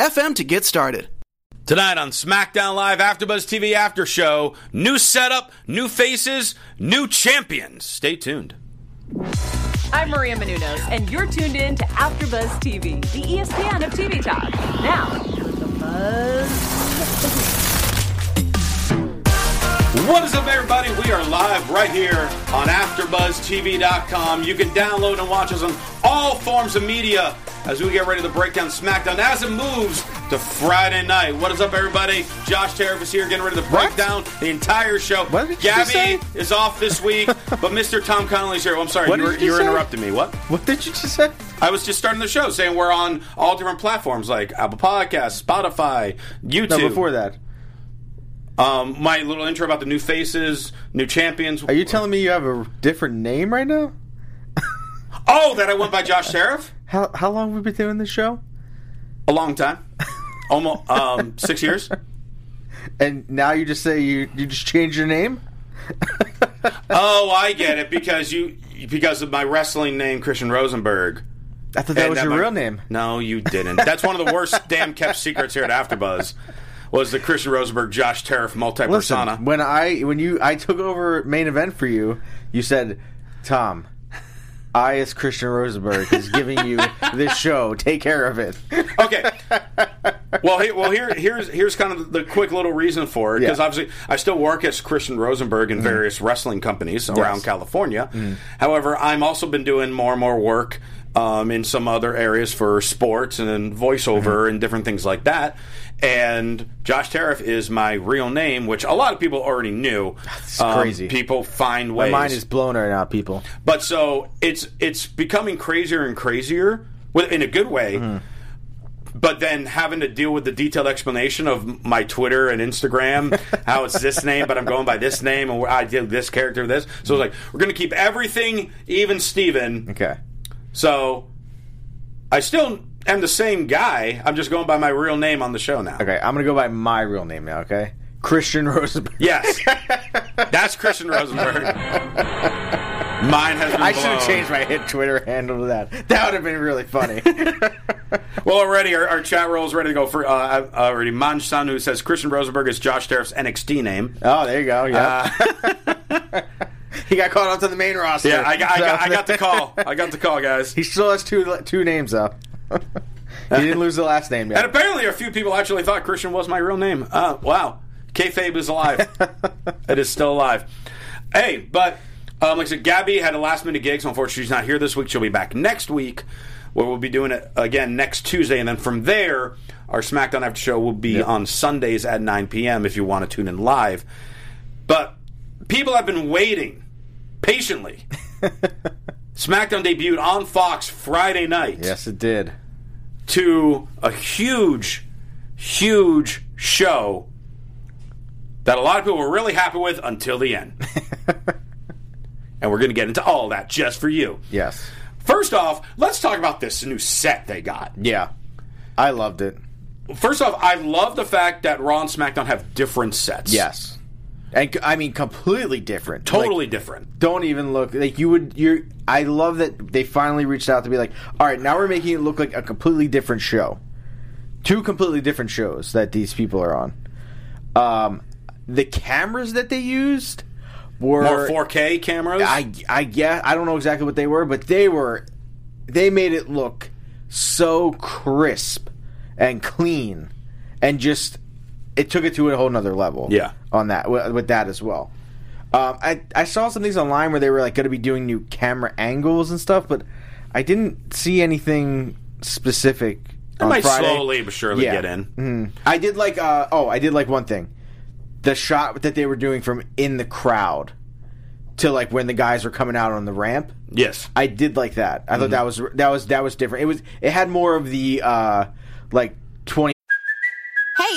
FM to get started. Tonight on SmackDown Live AfterBuzz TV After Show, new setup, new faces, new champions. Stay tuned. I'm Maria Menounos, and you're tuned in to AfterBuzz TV, the E ESPN of TV talk. Now, with the buzz. What is up, everybody? We are live right here on AfterBuzzTV.com. You can download and watch us on all forms of media as we get ready to break down SmackDown as it moves to Friday night. What is up, everybody? Josh Tariff is here getting ready to break down the entire show. What did you just Gabby say? is off this week, but Mr. Tom Connolly's here. Oh, I'm sorry, What you did were, you you were say? interrupting me. What? What did you just say? I was just starting the show saying we're on all different platforms like Apple Podcasts, Spotify, YouTube. No, before that. Um, my little intro about the new faces, new champions. Are you telling me you have a different name right now? Oh, that I went by Josh Sheriff? How how long have we been doing this show? A long time. Almost um, six years. And now you just say you you just change your name? Oh, I get it because you because of my wrestling name, Christian Rosenberg. I thought that And was that your my- real name. No, you didn't. That's one of the worst damn kept secrets here at AfterBuzz. Was the Christian Rosenberg Josh Tariff Listen, multi-persona? when I when you I took over main event for you, you said, Tom, I as Christian Rosenberg is giving you this show. Take care of it. okay. Well, he, well, here, here's here's kind of the quick little reason for it because Yeah. Mm. obviously I still work as Christian Rosenberg in various wrestling companies around California. However, I'm also been doing more and more work um, in some other areas for sports and then voiceover Mm-hmm. and different things like that. And Josh Tariff is my real name, which a lot of people already knew. That's crazy. People find My ways. mind is blown right now, people. But so it's it's becoming crazier and crazier with, in a good way. Mm-hmm. But then having to deal with the detailed explanation of my Twitter and Instagram, how it's this name, but I'm going by this name, and I did this character, this. So it's like we're going to keep everything even, Steven. Okay. So I still am the same guy. I'm just going by my real name on the show now. Okay, I'm gonna go by my real name now, okay? Christian Rosenberg. Yes, that's Christian Rosenberg. Mine has been I should have blown. changed my hit Twitter handle to that. That would have been really funny. Well, already our, our chat roll is ready to go for uh, I've already. Manj Sun, who says Christian Rosenberg is Josh Tariff's NXT name. Uh, oh, there you go. Yeah. he got called up to the main roster. Yeah, I, got- I, got, I So- got the call. I got the call, guys. He still has two two names though. he didn't lose the last name And yet. apparently, a few people actually thought Christian was my real name. Uh, wow, kayfabe is alive. it is still alive. Hey, but um, like I said, Gabby had a last minute gig, so unfortunately she's not here this week. She'll be back next week, where we'll be doing it again next Tuesday, and then from there, our SmackDown After Show will be on Sundays at 9 p.m. If you want to tune in live, but people have been waiting patiently. SmackDown debuted on Fox Friday night Yes, it did. to a huge, huge show that a lot of people were really happy with until the end. and we're going to get into all that just for you. Yes. First off, let's talk about this new set they got. Yeah. I loved it. First off, I love the fact that Raw and SmackDown have different sets. Yes. And c- I mean completely different. Totally Like, different. don't even look like you would you're I love that they finally reached out to be like, all right, now we're making it look like a completely different show. Two completely different shows that these people are on. Um the cameras that they used were More 4K cameras. I I guess I don't know exactly what they were, but they were they made it look so crisp and clean and just it took it to a whole nother level. Yeah. on that wi- with that as well. Um, I I saw some things online where they were like going to be doing new camera angles and stuff, but I didn't see anything specific. It on might Friday. slowly but surely Yeah. Mm-hmm. get in. I did like. Uh, oh, I did like one thing. The shot that they were doing from in the crowd to like when the guys were coming out on the ramp. Yes. I did like that. I Mm-hmm. thought that was that was that was different. It was it had more of the uh like twenty Hey,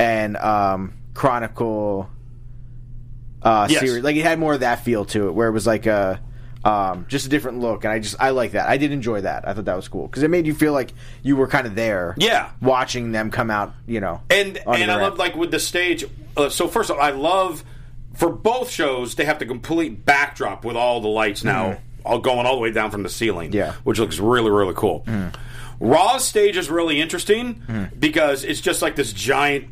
and um Chronicle uh Yes. series. Like it had more of that feel to it where it was like a um just a different look and I just I like that. I did enjoy that. I thought that was cool cuz it made you feel like you were kind of there. Yeah. Watching them come out, you know. And onto and the I ramp. love like with the stage. Uh, so first of all, I love for both shows they have the complete backdrop with all the lights now all going all the way down from the ceiling. Mm. Yeah. Mm. which looks really really cool. Raw's stage is really interesting because it's just like this giant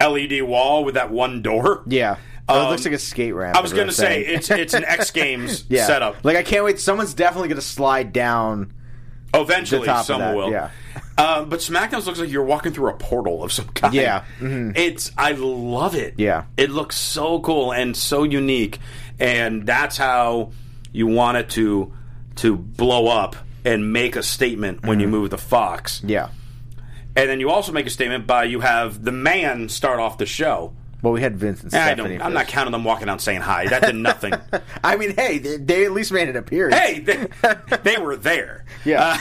LED wall with that one door. Yeah. Oh, Um, it looks like a skate ramp. I was is what gonna I'm say saying. it's it's an X Games yeah. setup. Like I can't wait. Someone's definitely going to slide down Eventually, the top of someone that, will. yeah. Um, but SmackDown looks like you're walking through a portal of some kind. Yeah. It's I love it. Yeah. It looks so cool and so unique, and that's how you want it to to blow up and make a statement when you move the Fox. Mm-hmm. Yeah. And then you also make a statement by you have the man start off the show. Well, we had Vince and And I Stephanie. don't. I'm not first. counting them walking out saying hi. That did nothing. I mean, hey, they, they at least made an appearance. hey, Uh, they, they were there. Yeah.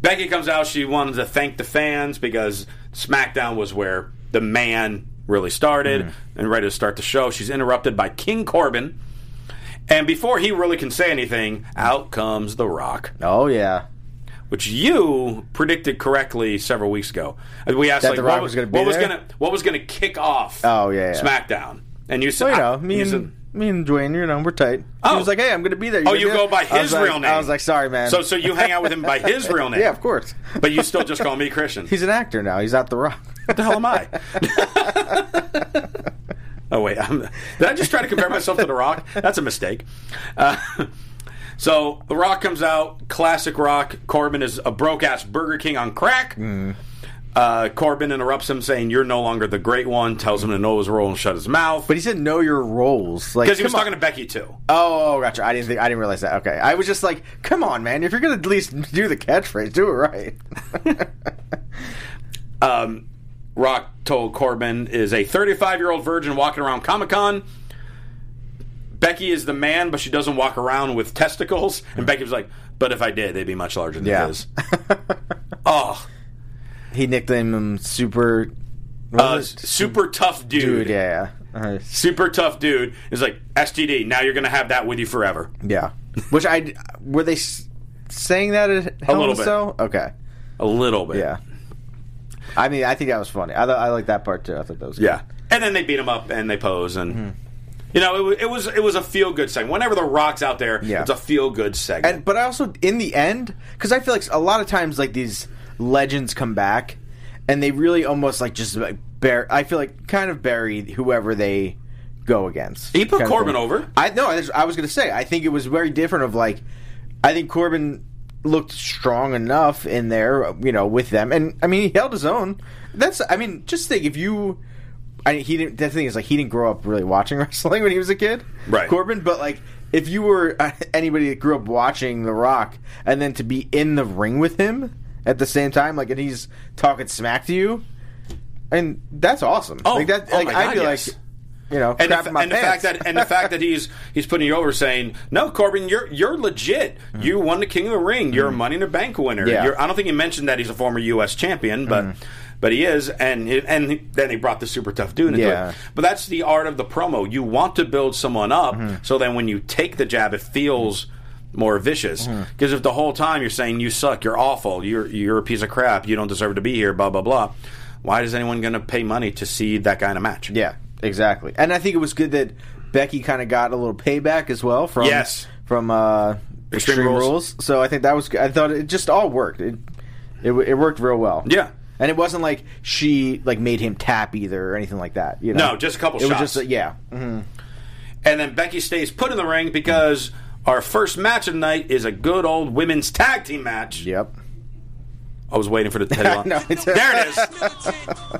Becky comes out. She wanted to thank the fans because SmackDown was where the man really started Mm-hmm. and ready to start the show. She's interrupted by King Corbin. And before he really can say anything, out comes The Rock, oh yeah. which you predicted correctly several weeks ago. And We asked That like, The Rock what was gonna be what was there? gonna what was gonna kick off? Oh, yeah, yeah. SmackDown. And you said, So you I- know, me you and said- me and Dwayne, you know, we're tight. Oh. He was like, hey, I'm going to be there. oh, gonna you be go there? by I was his like- real name. I was like, sorry, man. So, so you hang out with him by his real name? yeah, of course. But you still just call me Christian. He's an actor now. He's not the rock. What the hell am I? oh wait, I'm, did I just try to compare myself to The Rock? That's a mistake. Uh, so The Rock comes out, classic Rock. Corbin is a broke ass Burger King on crack. Uh, Corbin interrupts him, saying, "You're no longer the great one." Tells him to know his role and shut his mouth. but he said, know your roles. Like because he was come on. talking to Becky too. Oh, oh, gotcha. I didn't think I didn't realize that. Okay, I was just like, "Come on, man! If you're gonna at least do the catchphrase, do it right." um, Rock told Corbin is a 35 year old virgin walking around Comic Con. Becky is the man, but she doesn't walk around with testicles. And Becky was like, "But if I did, they'd be much larger than Yeah. his." oh, he nicknamed him um, Super. what uh, was it? super tough dude. dude. Yeah, yeah. Uh, Super tough dude is like STD. Now you're gonna have that with you forever. yeah. Which I were they s- saying that at Hell in little bit. Cell? Okay, A little bit. yeah. I mean, I think that was funny. I thought I like that part too. I thought that was good. Yeah. And then they beat him up and they pose and. Mm-hmm. You know, it, wa- it was it was a feel good segment. Whenever the Rock's out there, Yeah. it's a feel good segment. And but I also in the end because I feel like a lot of times like these legends come back and they really almost like just like bear. I feel like kind of bury whoever they go against. He put Kind of Corbin thing. over. I no, I, I was gonna say I think it was very different. Of like, I think Corbin looked strong enough in there, you know, with them, and I mean he held his own. That's I mean just think if you. I, he didn't. The thing is, like, he didn't grow up really watching wrestling when he was a kid, Right. Corbin. But like, if you were uh, anybody that grew up watching The Rock, and then to be in the ring with him at the same time, like, and he's talking smack to you, and that's awesome. Oh, like that, oh like my I'd God, be yes. like, you know, and, the, crap fa- in my and the fact pants. that and the fact that he's he's putting you over, saying, "No, Corbin, you're you're legit. You won the King of the Ring. You're a Money in the Bank winner. Mm. Yeah. Mm. You're, I don't think he mentioned that he's a former U.S. champion, but but he is. And he- and he- then he brought the super tough dude into Yeah. it. But that's the art of the promo. You want to build someone up, Mm-hmm. so then when you take the jab, it feels. More vicious Mm-hmm. because if the whole time you're saying you suck, you're awful, you're you're a piece of crap, you don't deserve to be here, blah blah blah. why is anyone going to pay money to see that guy in a match? Yeah, exactly. And I think it was good that Becky kind of got a little payback as well from Yes. from uh, Extreme Rules. So I think that was. good. I thought it just all worked. It, it w- it worked real well. Yeah. and it wasn't like she like made him tap either or anything like that. You know, No, just a couple It shots. was just yeah. Mhm. And then Becky stays put in the ring because our first match of the night is a good old women's tag team match. Yep. I was waiting for the title. No, it's- there it is.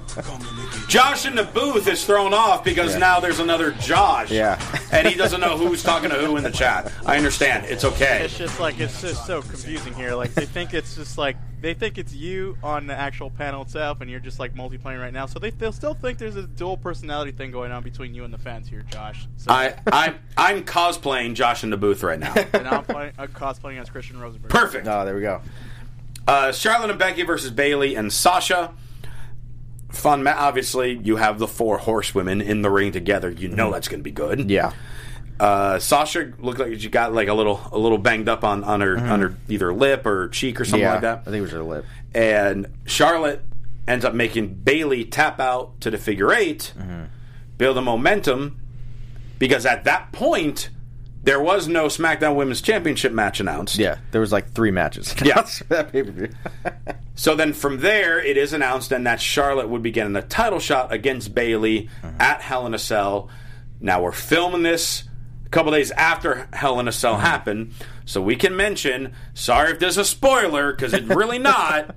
Josh in the booth is thrown off because now there's another Josh. Yeah. and he doesn't know who's talking to who in the chat. I understand. It's okay. It's just like it's just so confusing here. Like they think it's just like they think it's you on the actual panel itself, and you're just like multiplaying right now. So they they'll still think there's a dual personality thing going on between you and the fans here, Josh. So I, I, I'm cosplaying Josh in the booth right now. and I'm, playing, I'm uh, cosplaying as Christian Rosenberg. Perfect. Oh, there we go. Uh, Charlotte and Becky versus Bailey and Sasha. Fun, ma- obviously. You have the four horsewomen in the ring together. You know that's going to be good. Mm-hmm. Yeah. Uh, Sasha looked like she got like a little a little banged up on on her on her either lip or cheek or something Mm-hmm. yeah. like that. I think it was her lip. and Charlotte ends up making Bailey tap out to the figure 8 Mm-hmm. build a momentum because at that point there was no SmackDown Women's Championship match announced. Yeah, there was like three matches. Yeah. for that pay per view. So then from there it is announced then that Charlotte would be getting a title shot against Bailey Uh-huh. at Hell in a Cell. Now we're filming this a couple days after Hell in a Cell Uh-huh. happened, so we can mention. Sorry if there's a spoiler because it's really not.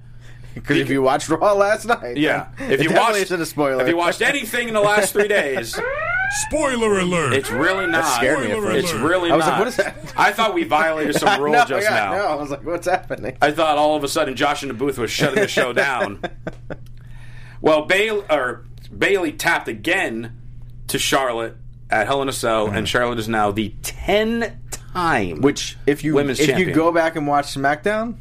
Because if you watched Raw last night, Yeah. if you watched, isn't a spoiler. If you watched anything in the last three days, Spoiler alert! it's really not. scared me at first. It's really I was not. like, what is that? I thought we violated some rule No, just yeah, now. no, I was like, what's happening? I thought all of a sudden Josh in the booth was shutting the show down. well, Bailey or Bailey tapped again to Charlotte at Hell in a Cell, and Charlotte is now the ten time Mm. Which, if you women's if champion. you go back and watch SmackDown,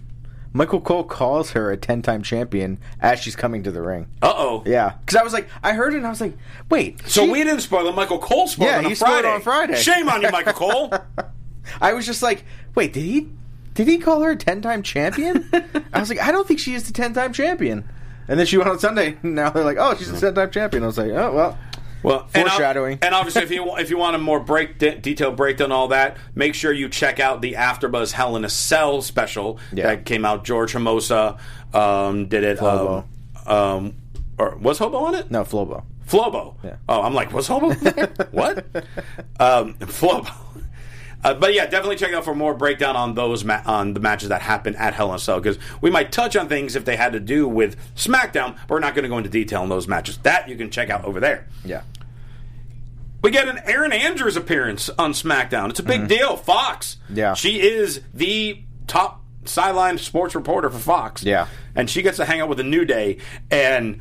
Michael Cole calls her a ten time champion as she's coming to the ring. uh oh Yeah, because I was like, I heard it, and I was like, wait. So she- we didn't spoil it. Michael Cole spoiled Yeah, it on he spoiled it Friday. on Friday. Shame on you, Michael Cole. I was just like, wait, did he did he call her a ten time champion? I was like, I don't think she is the ten time champion. And then she went on Sunday. and Now they're like, oh, she's the ten time champion. I was like, oh well. Well, and ob- Foreshadowing. And, obviously, if you wa- if you want a more break de- detailed breakdown, and all that, make sure you check out the AfterBuzz Hell in a Cell special Yeah. that came out. George Hermosa um, did it. Flobo. Um, um, or was Hobo on it? No, Flobo. Flobo. Yeah. Oh, I'm like, was Hobo? what? Um, Flobo. Uh, but yeah, definitely check out for more breakdown on those ma- on the matches that happened at Hell in a Cell because we might touch on things if they had to do with SmackDown. But we're not going to go into detail on those matches. That you can check out over there. Yeah. We get an Aaron Andrews appearance on SmackDown. It's a big deal. Fox. Mm-hmm. Yeah. She is the top sideline sports reporter for Fox. Yeah. And she gets to hang out with the New Day. And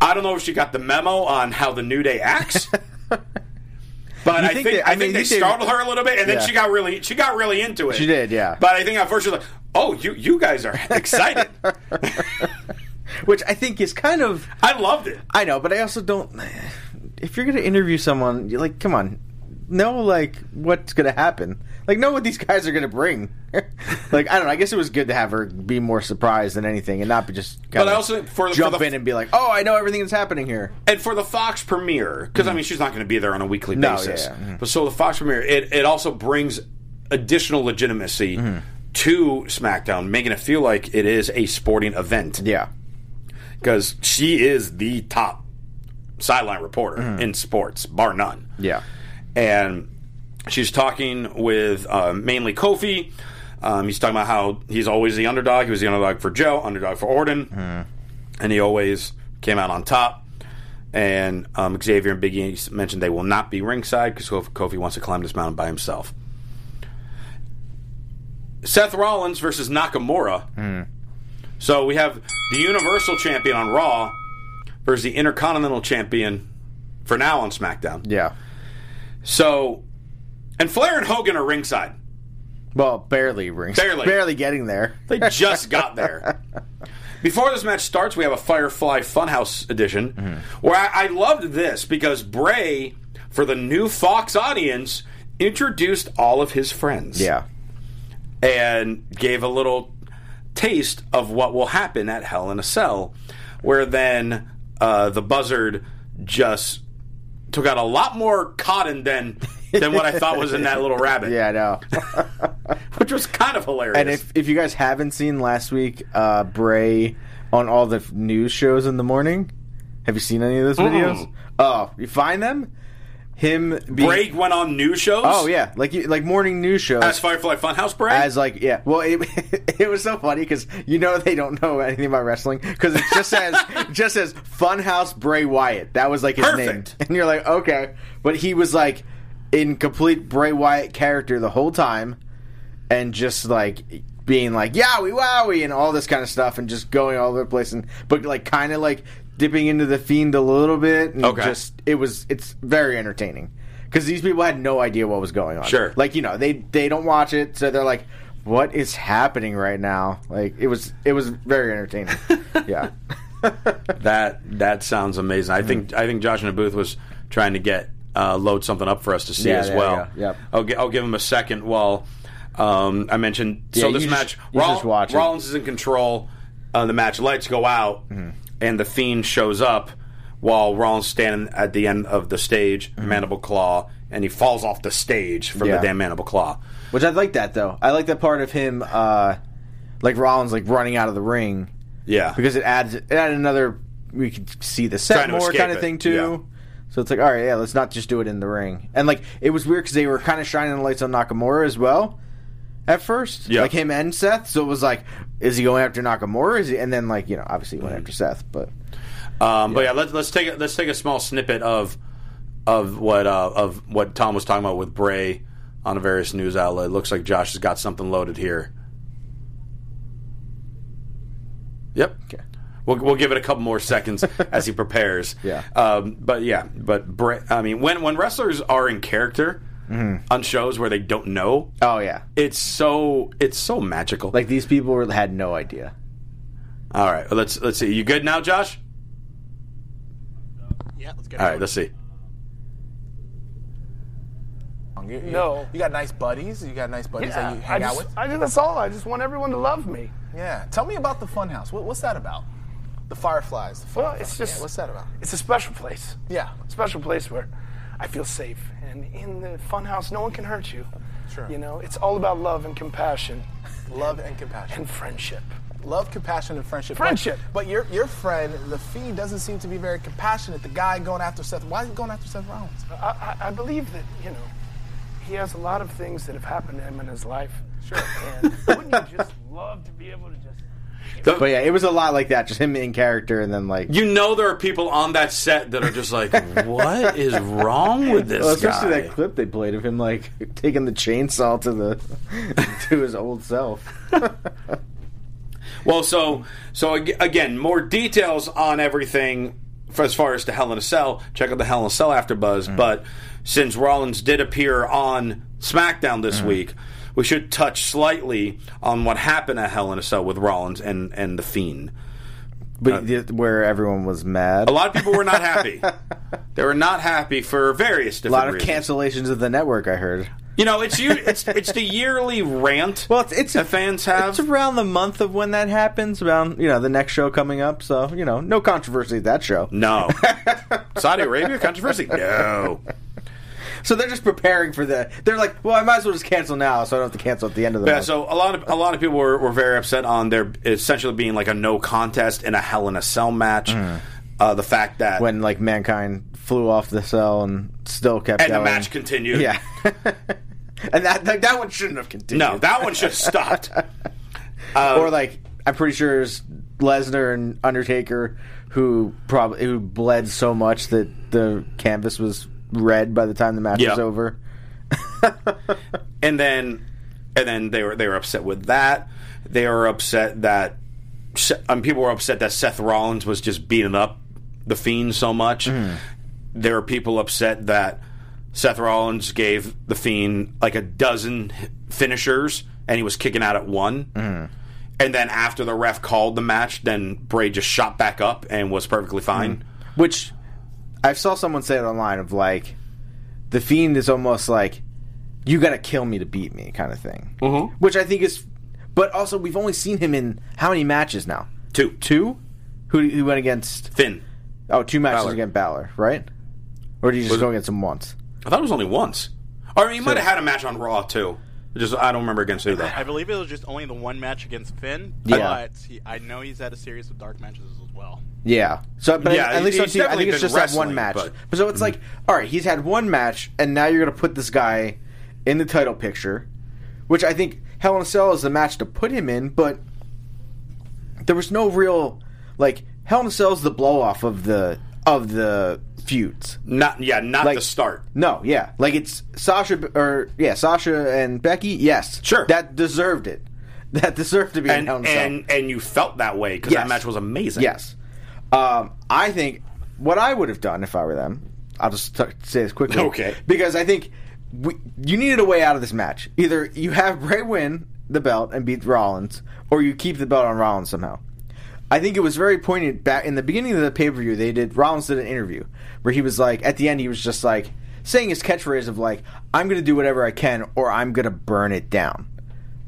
I don't know if she got the memo on how the New Day acts. But You I think think, they- I I, mean, think they you think- startled her a little bit, and Yeah. then she got really she got really into it. She did, yeah. But I think at first she was like, "Oh, you you guys are excited." Which I think is kind of I loved it. I know, but I also don't. If you're going to interview someone, you like, come on, know like what's going to happen. Like, know what these guys are going to bring. like, I don't know. I guess it was good to have her be more surprised than anything, and not be just. Kinda But I also- for the- jump for the- in and be like, "Oh, I know everything that's happening here." and for the Fox premiere, because I mean, she's not going to be there on a weekly Mm-hmm. No, basis. yeah, Mm-hmm. yeah. But so the Fox premiere, it, it also brings additional legitimacy Mm-hmm. to SmackDown, making it feel like it is a sporting event. Yeah, because she is the top sideline reporter in sports, bar none. Mm-hmm. yeah, and she's talking with uh, mainly Kofi. Um, he's talking about how he's always the underdog. He was the underdog for Joe, underdog for Orton, and he always came out on top. And um, Xavier and Big E mentioned they will not be ringside because Kofi wants to climb this mountain by himself. Seth Rollins versus Nakamura. So we have the Universal Champion on Raw versus the Intercontinental Champion for now on SmackDown. yeah. So, and Flair and Hogan are ringside. Well, barely rings, Barely. barely getting there. They just got there. Before this match starts, we have a Firefly Funhouse edition Mm-hmm. where I, I loved this because Bray, for the new Fox audience, introduced all of his friends. Yeah, and gave a little taste of what will happen at Hell in a Cell, where then uh, the buzzard just took out a lot more cotton than than what I thought was in that little rabbit. Yeah, I know. which was kind of hilarious. and if if you guys haven't seen last week, uh, Bray on all the news shows in the morning, have you seen any of those videos? Oh, you find them? Him being, Bray went on news shows. Oh yeah, like you- like morning news shows. as Firefly Funhouse Bray. as like yeah well it, it was so funny because you know they don't know anything about wrestling because it just says it just says funhouse bray wyatt that was like his Perfect. name and you're like okay but he was like in complete bray wyatt character the whole time and just like being like yowie wowie and all this kind of stuff and just going all over the place and but like kind of like dipping into the fiend a little bit and Okay. just it was it's very entertaining because these people had no idea what was going on Sure. like you know they they don't watch it so they're like what is happening right now like it was it was very entertaining yeah that that sounds amazing. Mm-hmm. I think I think Josh in the booth was trying to get uh, load something up for us to see Yeah, as yeah, well. yeah, yeah. I'll, gi- I'll give him a second while um, I mentioned. so Yeah, this you just- match, you just watch it. Rollins is in control. Uh, the match lights go out, Mm-hmm. and the fiend shows up while Rollins standing at the end of the stage, mandible claw, and he falls off the stage from Mm-hmm. Yeah. the damn mandible claw. which i like that though i like that part of him uh like rollins like running out of the ring Yeah, because it adds it added another we could see Trying the set to more escape kind of it, thing too so it's like all right yeah let's not just do it in the ring and like it was weird because they were kind of shining the lights on nakamura as well at first Yeah. like him and seth so it was like is he going after nakamura is he and then like you know obviously he went Mm-hmm. after seth but Um, But yeah, let's let's take a, let's take a small snippet of of what uh, of what Tom was talking about with Bray on a various news outlet. Looks like Josh has got something loaded here. Yep. Okay. We'll, we'll give it a couple more seconds as he prepares. Yeah. Um, but yeah, but Bray. I mean, when when wrestlers are in character on shows where they don't know, oh yeah it's so it's so magical. Like these people were, had no idea. all right, let's let's see. You good now, Josh? Yeah, let's get All right, let's see. You, you, no. You got nice buddies. You got nice buddies that you hang I out just, with. I just, that's all. I just want everyone to love me. yeah. Tell me about the Funhouse. What, what's that about? The Fireflies. The Well, Fireflies. it's Yeah, just, what's that about? it's a special place. Yeah. Special place where I feel safe. And in the fun house, no one can hurt you. Sure. You know, it's all about love and compassion Love and compassion. and friendship. Love, compassion, and friendship. But- Friendship. But, your your friend, the fiend, doesn't seem to be very compassionate. The guy going after Seth. Why is he going after Seth Rollins? I, I, I believe that, you know, he has a lot of things that have happened to him in his life. Sure. And wouldn't you just love to be able to just. But yeah, it was a lot like that. Just him in character, and then like You know there are people on that set that are just like, what is wrong with this Well, guy? especially that clip they played of him like taking the chainsaw to the to his old self. Well, so so ag- again, more details on everything for as far as the Hell in a Cell. Check out the Hell in a Cell after Buzz. Mm. But since Rollins did appear on SmackDown this Mm. week, we should touch slightly on what happened at Hell in a Cell with Rollins and and the Fiend. But the- where everyone was mad, A lot of people were not happy. they were not happy for various a different lot of reasons. cancellations of the network. I heard. You know, it's u- it's it's the yearly rant. Well, it's, it's that fans have. It's around the month of when that happens. Around you know the next show coming up. So you know no controversy at that show. No. Saudi Arabia controversy? No. So they're just preparing for the. They're like, well, I might as well just cancel now, so I don't have to cancel at the end of the Yeah, month. so a lot of a lot of people were, were very upset on there essentially being like a no contest in a Hell in a Cell match. Uh, the fact that Mm. when like mankind flew off the cell and still kept and the going. match continued. Yeah. and that, that that one shouldn't have continued. No, that one should have stopped. or like I'm pretty sure it's Lesnar and Undertaker who probably who bled so much that the canvas was red by the time the match Yeah. was over. and then and then they were they were upset with that. They were upset that Se- um, people were upset that Seth Rollins was just beating up the Fiend so much. There were people upset that Seth Rollins gave the Fiend like a dozen finishers and he was kicking out at one. And then after the ref called the match, then Bray just shot back up and was perfectly fine. Which I saw someone say it online of like the fiend is almost like you got to kill me to beat me kind of thing. Mm-hmm. Which I think is, but also we've only seen him in how many matches now? Two. Two. Who who went against? Finn. Oh, two matches Balor. against Balor, right? Or do you just Was go against him once? I thought it was only once. Or I mean, he might have had a match on Raw too. Just I don't remember against who though. I believe it was just only the one match against Finn. Yeah. But he, I know he's had a series of dark matches as well. Yeah. So, but Yeah, at least on he's TV, I think definitely it's just been that one wrestling, match. But, but- mm-hmm. so it's like, all right, he's had one match, and now you're going to put this guy in the title picture, which I think Hell in a Cell is the match to put him in, but there was no real like Hell in a Cell is the blow off of the of the feuds. Not yeah, not Like- the start. No, yeah, like it's Sasha or yeah, Sasha and Becky. Yes, sure, that deserved it. That deserved to be in And Hell in a Cell. and and you felt that way because that Yes. match was amazing. Yes. Um, I think what I would have done if I were them, I'll just t- say this quickly. Okay. Because I think we, you needed a way out of this match. Either you have Bray win the belt and beat Rollins, or you keep the belt on Rollins somehow. I think it was very poignant back in the beginning of the pay per view. They did Rollins did an interview where he was like, at the end, he was just like saying his catchphrase of like, "I'm going to do whatever I can, or I'm going to burn it down."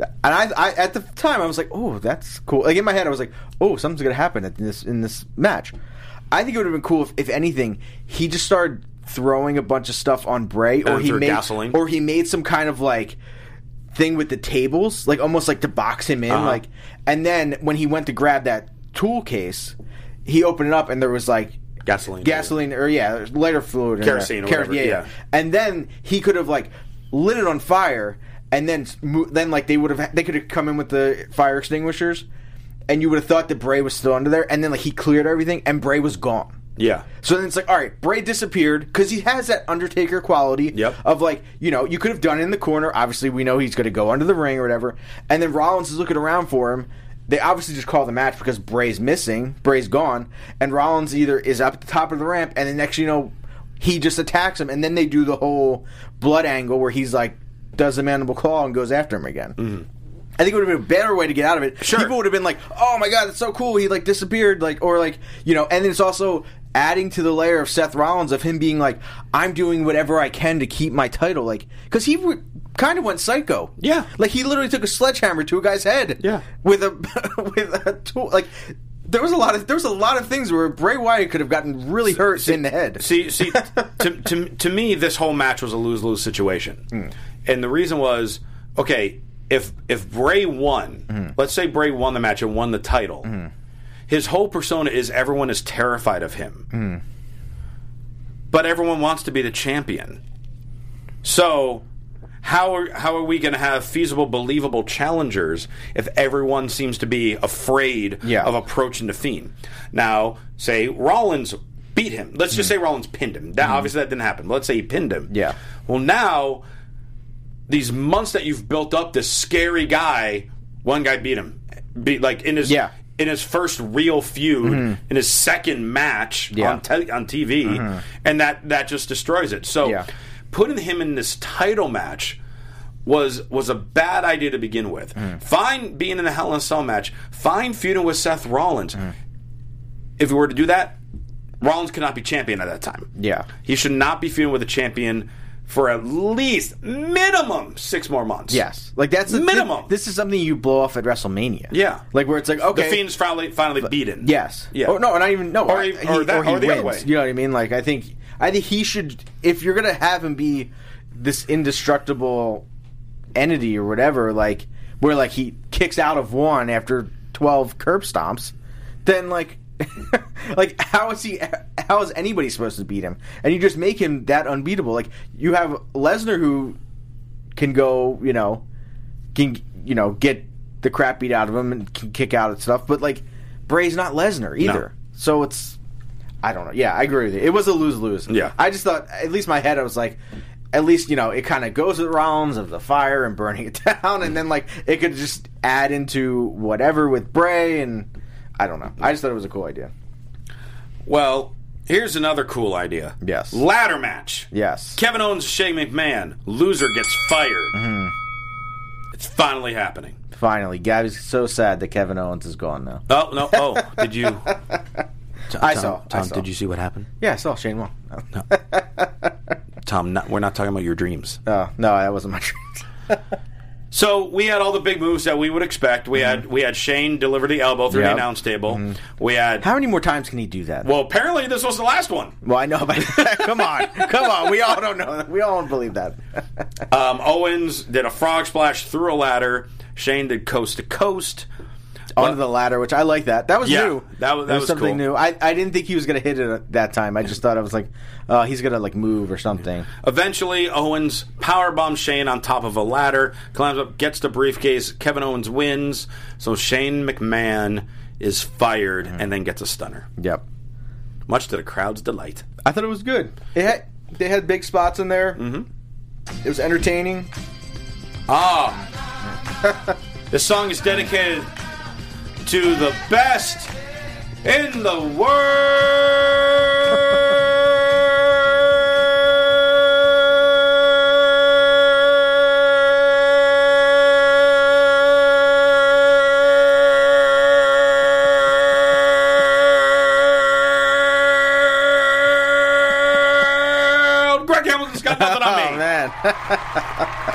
And I, I at the time I was like, "Oh, that's cool." Like in my head, I was like, "Oh, something's gonna happen at this in this match." I think it would have been cool if, if anything, he just started throwing a bunch of stuff on Bray, or And he threw made, gasoline. or he made some kind of like thing with the tables, like almost like to box him in, Uh-huh. like. And then when he went to grab that tool case, he opened it up, and there was like Gasoline. gasoline or yeah, lighter fluid, in there. Kerosene or Kero- whatever, yeah, yeah. yeah. And then he could have like lit it on fire, and then s- mo- then like they would have they could have come in with the fire extinguishers, and you would have thought that Bray was still under there, and then like he cleared everything, and Bray was gone. Yeah. So then it's like, all right, Bray disappeared because he has that Undertaker quality of like, you know, you could have done it in the corner. Obviously, we know he's going to go under the ring or whatever. And then Rollins is looking around for him. They obviously just call the match because Bray's missing. Bray's gone. And Rollins either is up at the top of the ramp, and then next thing you know, he just attacks him. And then they do the whole blood angle where he's like, does the mandible claw and goes after him again. I think it would have been a better way to get out of it. Sure. People would have been like, "Oh my god, it's so cool! He like disappeared, like or like you know." And then it's also adding to the layer of Seth Rollins of him being like, "I'm doing whatever I can to keep my title," like because he w- kind of went psycho. Yeah, like he literally took a sledgehammer to a guy's head. Yeah, with a with a tool. Like there was a lot of there was a lot of things where Bray Wyatt could have gotten really hurt in the head. See, see, to, to, to me, this whole match was a lose lose situation, Hmm. and the reason was okay. If if Bray won, Hmm. let's say Bray won the match and won the title, his whole persona is everyone is terrified of him, Hmm. but everyone wants to be the champion. So. How are, how are we going to have feasible, believable challengers if everyone seems to be afraid of approaching the Fiend? Now, say Rollins beat him. Let's just say Rollins pinned him. That obviously that didn't happen. Let's say he pinned him. Mm-hmm. Yeah. Well, now these months that you've built up this scary guy, one guy beat him. Beat like in his yeah. Mm-hmm. in his first real feud, Mhm. in his second match Yeah. on te- on TV, Mhm. and that that just destroys it. So putting him in this title match was was a bad idea to begin with. Mm. Fine being in a Hell in a Cell match. Fine feuding with Seth Rollins. Mm. If we were to do that, Rollins could not be champion at that time. Yeah. He should not be feuding with a champion for at least minimum six more months. Yes, like that's the Minimum. This is something you blow off at WrestleMania. Yeah. like where it's like okay, The Fiend's finally finally beaten. Yes. Yeah. Or no, not even no. Or I- he- or that- or the other way. You know what I mean? Like I think I think he should. If you're gonna have him be this indestructible entity or whatever, like where like he kicks out of one after twelve curb stomps, then like. like how is he how is anybody supposed to beat him and you just make him that unbeatable like you have lesnar who can go, you know, can you know get the crap beat out of him and can kick out and stuff. But like Bray's not Lesnar either, so it's I don't know. Yeah, I agree with you. It was a lose lose. Yeah, I just thought at least my head I was like. At least you know it kind of goes with rounds of the fire and burning it down, and then like it could just add into whatever with Bray and I don't know. I just thought it was a cool idea. Well, here's another cool idea. Yes. Ladder match. Yes. Kevin Owens, Shane McMahon. Loser gets fired. Mhm. It's finally happening. Finally, Gabby's so sad that Kevin Owens is gone now. Oh no! Oh, did you? I saw. I saw. Did you see what happened? Yeah, I saw Shane Wong. Tom, not, we're not talking about your dreams. Uh, Oh no, that wasn't my dreams. So we had all the big moves that we would expect. We had we had Shane deliver the elbow through Yep. the announce table. We had How many more times can he do that? well, apparently this was the last one. Well, I know, but come on, come on. We all don't know. that. We all don't believe that. Um, Owens did a frog splash through a ladder. Shane did coast to coast. Onto the ladder, which I like that. That was Yeah, new. that was- that was something cool. new. I, I didn't think he was gonna hit it at that time. I just thought I was like, uh, he's gonna like move or something. Eventually, Owens powerbombs Shane on top of a ladder, climbs up, gets the briefcase. Kevin Owens wins. So Shane McMahon is fired and then gets a stunner, Yep. much to the crowd's delight. I thought it was good. It had, they had big spots in there. Mhm. It was entertaining. Ah. this song is dedicated to the best in the world. Greg Hamilton's got nothing on me.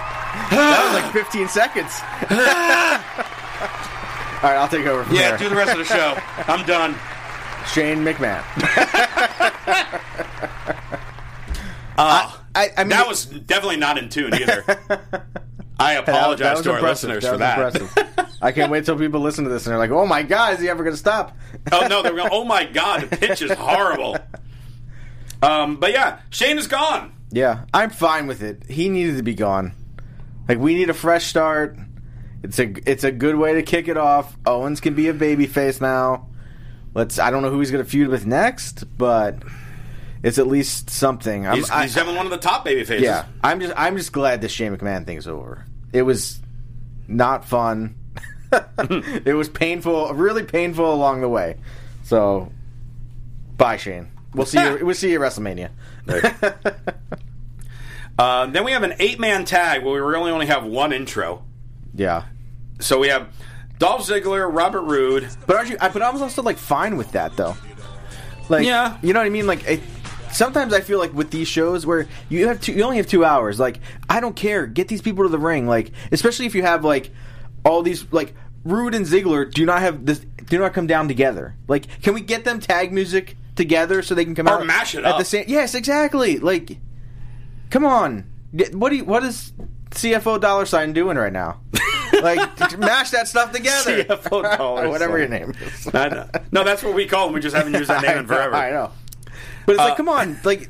Oh man, that was like 15 seconds. all right, I'll take over. From Yeah, there. do the rest of the show. I'm done. Shane McMahon. Uh, I, I mean, that was definitely not in tune either. I That- that apologize was to our impressive. listeners for That that. was impressive. I can't wait till people listen to this and they're like, "Oh my god, is he ever going to stop?" oh no, they were going. Oh my god, the pitch is horrible. Um, but yeah, Shane is gone. Yeah, I'm fine with it. He needed to be gone. Like we need a fresh start. It's a it's a good way to kick it off. Owens can be a babyface now. Let's. I don't know who he's going to feud with next, but it's at least something. I'm, He's, Um, I- he's having one of the top baby faces. yeah, I'm just I'm just glad this Shane McMahon thing's over. It was not fun. it was painful, really painful along the way. So, bye, Shane. We'll see. you, we'll see you at WrestleMania. Uh, then we have an eight-man tag where we really only have one intro. Yeah. So we have Dolph Ziggler, Robert Roode. But aren't you? I, but I was also like fine with that though. Like, Yeah. you know what I mean? Like, it, sometimes I feel like with these shows where you have two, you only have two hours. Like, I don't care. Get these people to the ring. Like, especially if you have like all these like Rude and Ziggler do not have this do not come down together. Like, can we get them tag music together so they can come Or out mash it at up. the same? Yes, exactly. Like, come on. D- What do you, what is CFO dollar sign doing right now? like, mash that stuff together. CFO dollars. Whatever your name is. I know. No, that's what we call them. We just haven't used that name in forever. I know. But it's Uh, like, come on, like,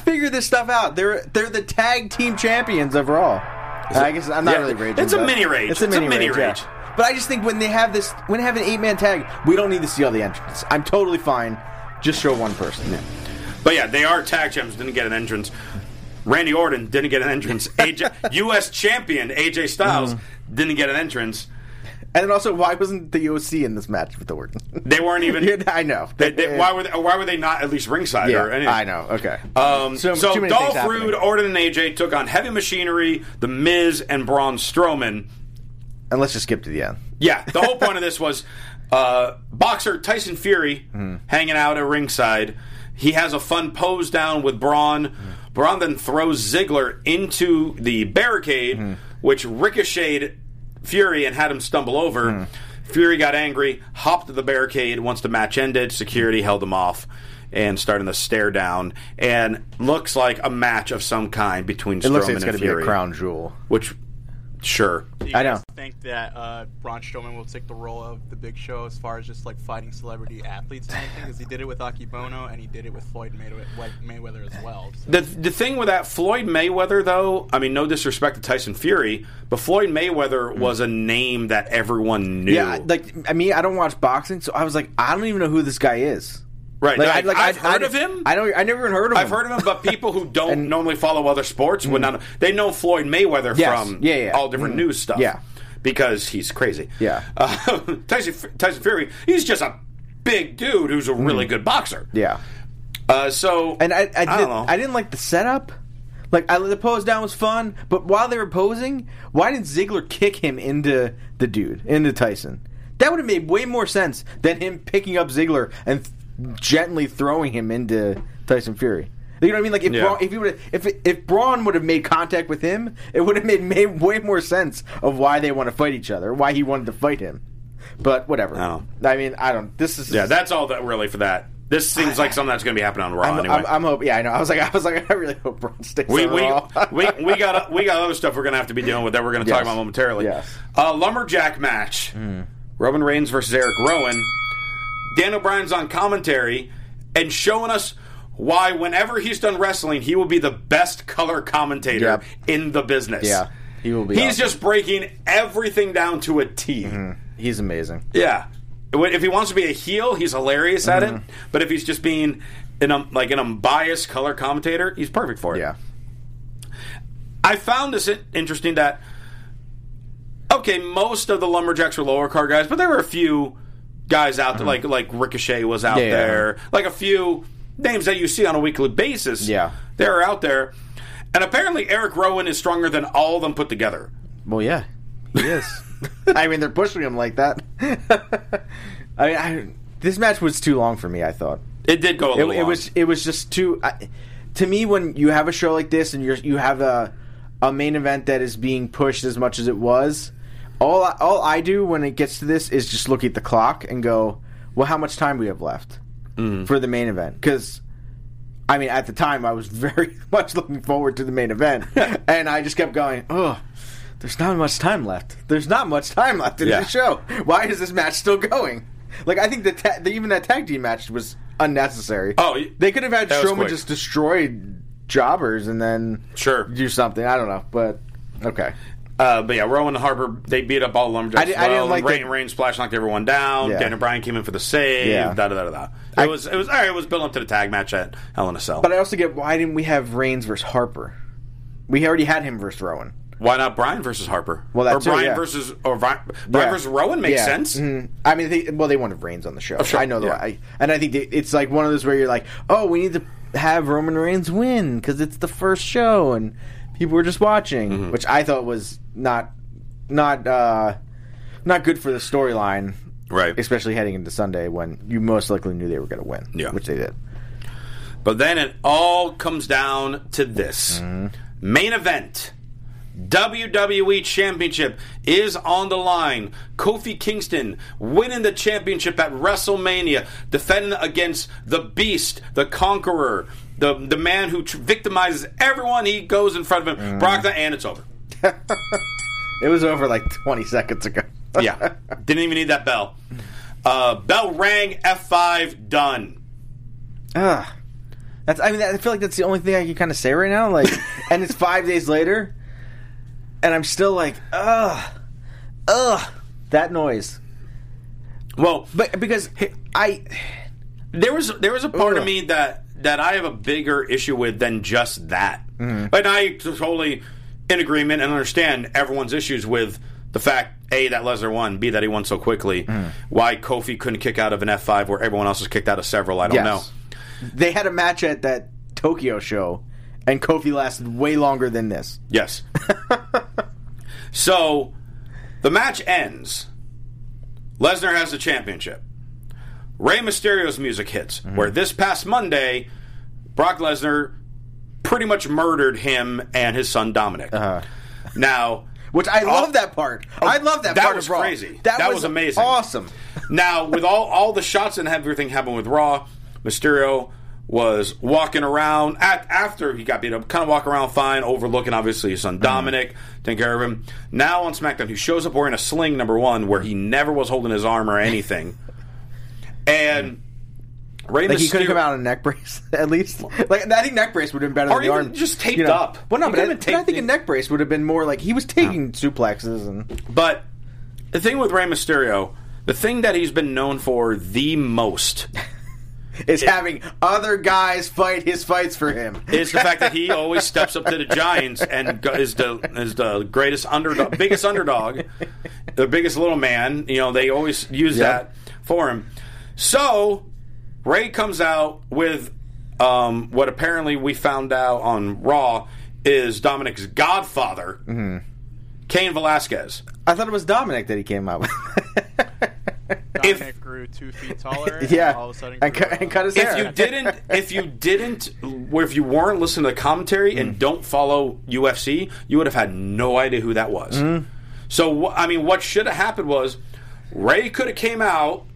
figure this stuff out. They're they're the tag team champions of Raw. I guess I'm not yeah, really raging. it's a but- mini rage. It's a mini, rage. yeah. rage. But I just think when they have this, when they have an eight man tag, we don't need to see all the entrants. I'm totally fine. Just show one person. But yeah, they are tag champs. Didn't get an entrance. Randy Orton didn't get an entrance. AJ, U.S. champion AJ Mm. Styles didn't get an entrance. And then also, why wasn't the OC in this match with the Orton? They weren't even. Yeah, I know. They- they- why were they, why were they not at least ringside Yeah, or anything? I know. Okay. Um, so So- too many things Dolph happening. Rude, Orton, and AJ took on Heavy Machinery, The Miz, and Braun Strowman. and let's just skip to the end. Yeah, the whole point of this was uh, boxer Tyson Fury hanging out at ringside. He has a fun pose down with Braun. Braun then throws Ziggler into the barricade, which ricocheted Fury and had him stumble over. Fury got angry, hopped to the barricade. Once the match ended, security held him off and started the stare down. And looks like a match of some kind between It looks like Strowman it's and going to be a Fury. crown jewel. Which, sure. Do you I guys know. Think that uh, Braun Strowman will take the role of the Big Show as far as just like fighting celebrity athletes and everything, because he did it with Aki Bono and he did it with Floyd Maywe- Maywe- Mayweather as well. So The the thing with that Floyd Mayweather though, I mean, no disrespect to Tyson Fury, but Floyd Mayweather was a name that everyone knew. Hmm. Yeah, I- like I mean, I don't watch boxing, so I was like, I don't even know who this guy is. right? Like, Like, I, like I've I- I- heard of him. I don't. I never even heard of him. I've heard of him, but people who don't normally follow other sports would not. They know Floyd Mayweather Hmm. Yes. from Yeah, yeah. all different Mm. news stuff. Yeah. because he's crazy. Yeah. uh, Tyson Tyson Fury, he's just a big dude who's a really good boxer. Hmm. Yeah, Uh, so and I. I, don't didn't, know. I didn't like the setup. Like I, the pose down was fun, but while they were posing, why didn't Ziggler kick him into the dude into Tyson? That would have made way more sense than him picking up Ziggler and th- gently throwing him into Tyson Fury. You know what I mean? Like if Yeah. Braun, if he would if if Braun would have made contact with him, it would have made, made way more sense of why they want to fight each other, why he wanted to fight him. But whatever. I mean, I don't. This is Yeah, that's all that really for that. This seems like something that's going to be happening on Raw I'm, anyway. I'm, I'm hoping. Yeah, I know. I was like, I was like, I really hope Braun stays we, on we, Raw. we, we got uh, we got other stuff we're going to have to be dealing with that we're going to talk Yes. Hmm. about momentarily. Uh, lumberjack match: Roman Reigns versus Eric Rowan. Dan O'Brien's on commentary and showing us why, whenever he's done wrestling, he will be the best color commentator Yep. in the business. Yeah, he will be. He's awesome. Mm-hmm. just breaking everything down to a T. He's amazing. Yeah. If he wants to be a heel, he's hilarious at Mm-hmm. it. But if he's just being an um, like an unbiased color commentator, he's perfect for it. Yeah. I found this in- interesting that okay, most of the lumberjacks were lower card guys, but there were a few guys out there like like Ricochet was out Yeah, yeah. there, like a few names that you see on a weekly basis. Yeah, they are out there, and apparently Eric Rowan is stronger than all of them put together. Well, yeah, he is. I mean, they're pushing him like that. I mean, I, this match was too long for me. I thought it did go a little It, long. was. It was just too. I, to me, when you have a show like this and you're you have a a main event that is being pushed as much as it was, all I, all I do when it gets to this is just look at the clock and go, well, how much time we have left for the main event? Because I mean, at the time, I was very much looking forward to the main event, and I just kept going, oh. There's not much time left. There's not much time left in Yeah. this show. Why is this match still going? Like I think the, ta- the even that tag team match was unnecessary. Oh, they could have had that was Strowman quick. just destroy jobbers and then sure do something. I don't know, but okay. Uh, but yeah, Rowan and Harper they beat up all the lumberjacks. I di- I, I didn't didn't like like Rain, the- Rain Splash knocked everyone down. Yeah. Dan O'Brien came in for the save. Yeah. Da, da, da, da, da. It was it was all right, it was building up to the tag match at Hell in a Cell. But I also get why didn't we have Reigns versus Harper? We already had him versus Rowan. Why not Brian versus Harper? Well, that or too, Brian yeah. versus or Vi- Brian Yeah. versus Rowan makes Yeah. sense. Mhm. I mean, they, well, they wanted Reigns on the show. Oh, sure. I know that, Yeah. I, and I think they, it's like one of those where you're like, oh, we need to have Roman Reigns win because it's the first show and people were just watching, Mm-hmm. which I thought was not not uh, not good for the storyline, right? Especially heading into Sunday when you most likely knew they were going to win, Yeah. which they did. But then it all comes down to this Mm-hmm. main event. WWE Championship is on the line. Kofi Kingston winning the championship at WrestleMania, defending against the Beast, the Conqueror, the the man who tr- victimizes everyone he goes in front of Mm-hmm. him. Brock, the and it's over. It was over like 20 seconds ago. yeah. Didn't even need that bell. Uh, bell rang. F five done. Ugh. That's. I mean, I feel like that's the only thing I can kind of say right now. Like, and it's five days later, and I'm still like, ugh, ugh, that noise. Well, but because I, there was there was a part of Ugh. me that that I have a bigger issue with than just that. Mhm. But I totally in agreement and understand everyone's issues with the fact a that Lesnar won, b that he won so quickly, Mm-hmm. why Kofi couldn't kick out of an F five where everyone else was kicked out of several. I don't Yes. know. They had a match at that Tokyo show, and Kofi lasted way longer than this. Yes. so the match ends. Lesnar has the championship. Rey Mysterio's music hits, where this past Monday, Brock Lesnar pretty much murdered him and his son Dominic. Now, which I love that part. I love that part was of Raw. crazy. That Oh. That, was was, amazing. awesome. now, with all all the shots and everything happened with Raw, Mysterio was walking around at, after he got beat up, kind of walking around fine, overlooking obviously his son Mm-hmm. Dominic, taking care of him. Now on SmackDown, he shows up wearing a sling number one, where he never was holding his arm or anything, and. Rey like he could Mysterio- have come out in a neck brace at least. Like I think neck brace would have been better Or than the even arm. just taped you know. up. Well, no, He but I, could've but I taped think it. a neck brace would have been more like he was taking suplexes and. But the thing with Rey Mysterio, the thing that he's been known for the most is having other guys fight his fights for him. is the fact that he always steps up to the giants and go- is the is the greatest underdog, biggest underdog, the biggest little man. You know, they always use Yeah. that for him. So Ray comes out with um, what apparently we found out on Raw is Dominic's godfather, Cain Velasquez. I thought it was Dominic that he came out with. Dominic grew two feet taller. And Yeah. all of a sudden, And grew cu- and cut his if hair. you didn't if you didn't or if you weren't listening to the commentary Mm. and don't follow UFC, you would have had no idea who that was. Mm. So wh- I mean, what should have happened was Ray could have came out,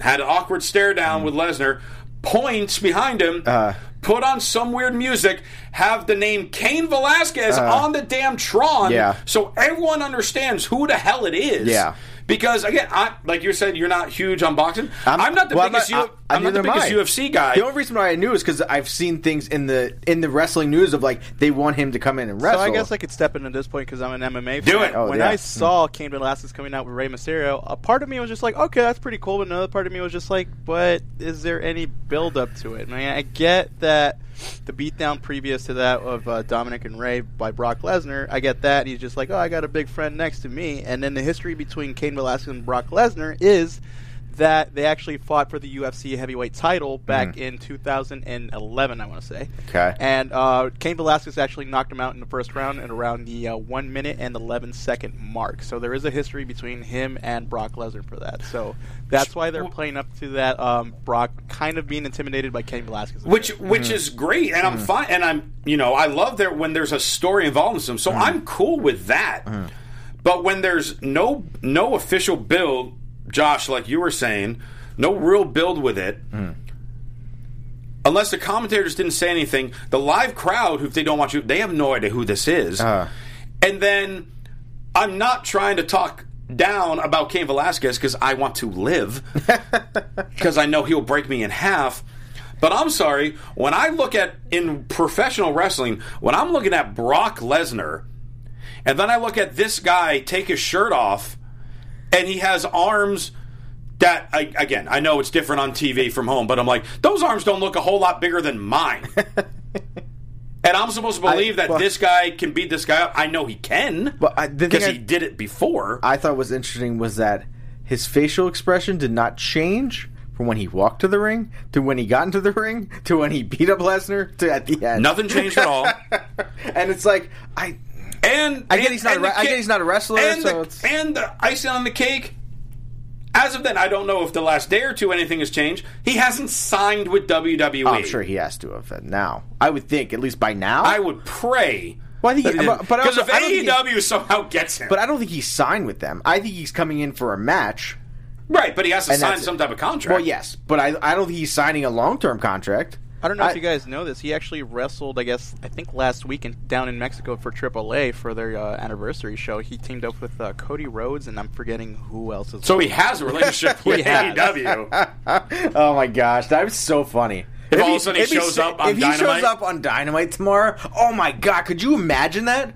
had an awkward stare Mm. down with Lesnar, points behind him. Uh. Put on some weird music, have the name Kane Velasquez on the damn Tron, Uh. Yeah. so everyone understands who the hell it is. Yeah. Because again, I, like you said, you're not huge on boxing. I'm, not the well, biggest. I'm U- I'm not the neither am biggest I. UFC guy. The only reason why I knew is because I've seen things in the in the wrestling news of like they want him to come in and So wrestle. I guess I could step in at this point because I'm an MMA fan. Do it. Oh, when yeah. Mm-hmm. I saw Cain Velasquez coming out with Rey Mysterio, a part of me was just like, okay, that's pretty cool. But another part of me was just like, but is there any build up to it? I mean, I get that the beatdown previous to that of uh, Dominic and Ray by Brock Lesnar, I get that. And he's just like, oh, I got a big friend next to me. And then the history between Cain Velasquez and Brock Lesnar is that they actually fought for the UFC heavyweight title back Mm-hmm. in 2011, I want to say. Okay. And uh, Cain Velasquez actually knocked him out in the first round at around the uh, 1 minute and 11 second mark. So there is a history between him and Brock Lesnar for that. So that's why they're playing up to that um, Brock kind of being intimidated by Cain Velasquez. which which Hmm. is great, and I'm fine, and I'm you know I love there when there's a story involved in some, Hmm. so I'm cool with that. But when there's no no official build, Josh, like you were saying, no real build with it. Hmm. Unless the commentators didn't say anything, the live crowd, who if they don't watch you, they have no idea who this is. Uh-huh. And then I'm not trying to talk down about Cain Velasquez because I want to live because I know he'll break me in half. But I'm sorry, when I look at in professional wrestling, when I'm looking at Brock Lesnar, and then I look at this guy take his shirt off, and he has arms that I, again, I know it's different on TV from home, but I'm like, those arms don't look a whole lot bigger than mine. and I'm supposed to believe that well- this guy can beat this guy up. I know he can, But I- the thing because I- he did it before. I thought was interesting was that his facial expression did not change from when he walked to the ring to when he got into the ring to when he beat up Lesnar to at the end. Nothing changed at all. And it's like I And I get and- he's not a and the re- I ki- get he's not a wrestler, And, so the, it's- and the icing on the cake. As of then, I don't know if the last day or two anything has changed. He hasn't signed with E. WWE. Oh, I'm sure he has to have uh, now. I would think at least by now. I would pray. Well, I think he- but- but I because also- if I don't think he- AEW somehow gets him, but I don't think he signed with them. I think he's coming in for a match. right? But he has to And sign that's it. some type of contract. Well, yes, but I I don't think he's signing a long term contract. I don't know I- if you guys know this. He actually wrestled, I guess, I think last week in, down in Mexico for AAA for their uh, anniversary show. He teamed up with uh, Cody Rhodes, and I'm forgetting who else is. So he has a E relationship with has. AEW. Oh my gosh, that was so funny. If all of a sudden he shows sa- up on if he shows Dynamite? up on Dynamite tomorrow, oh my god, could you imagine that?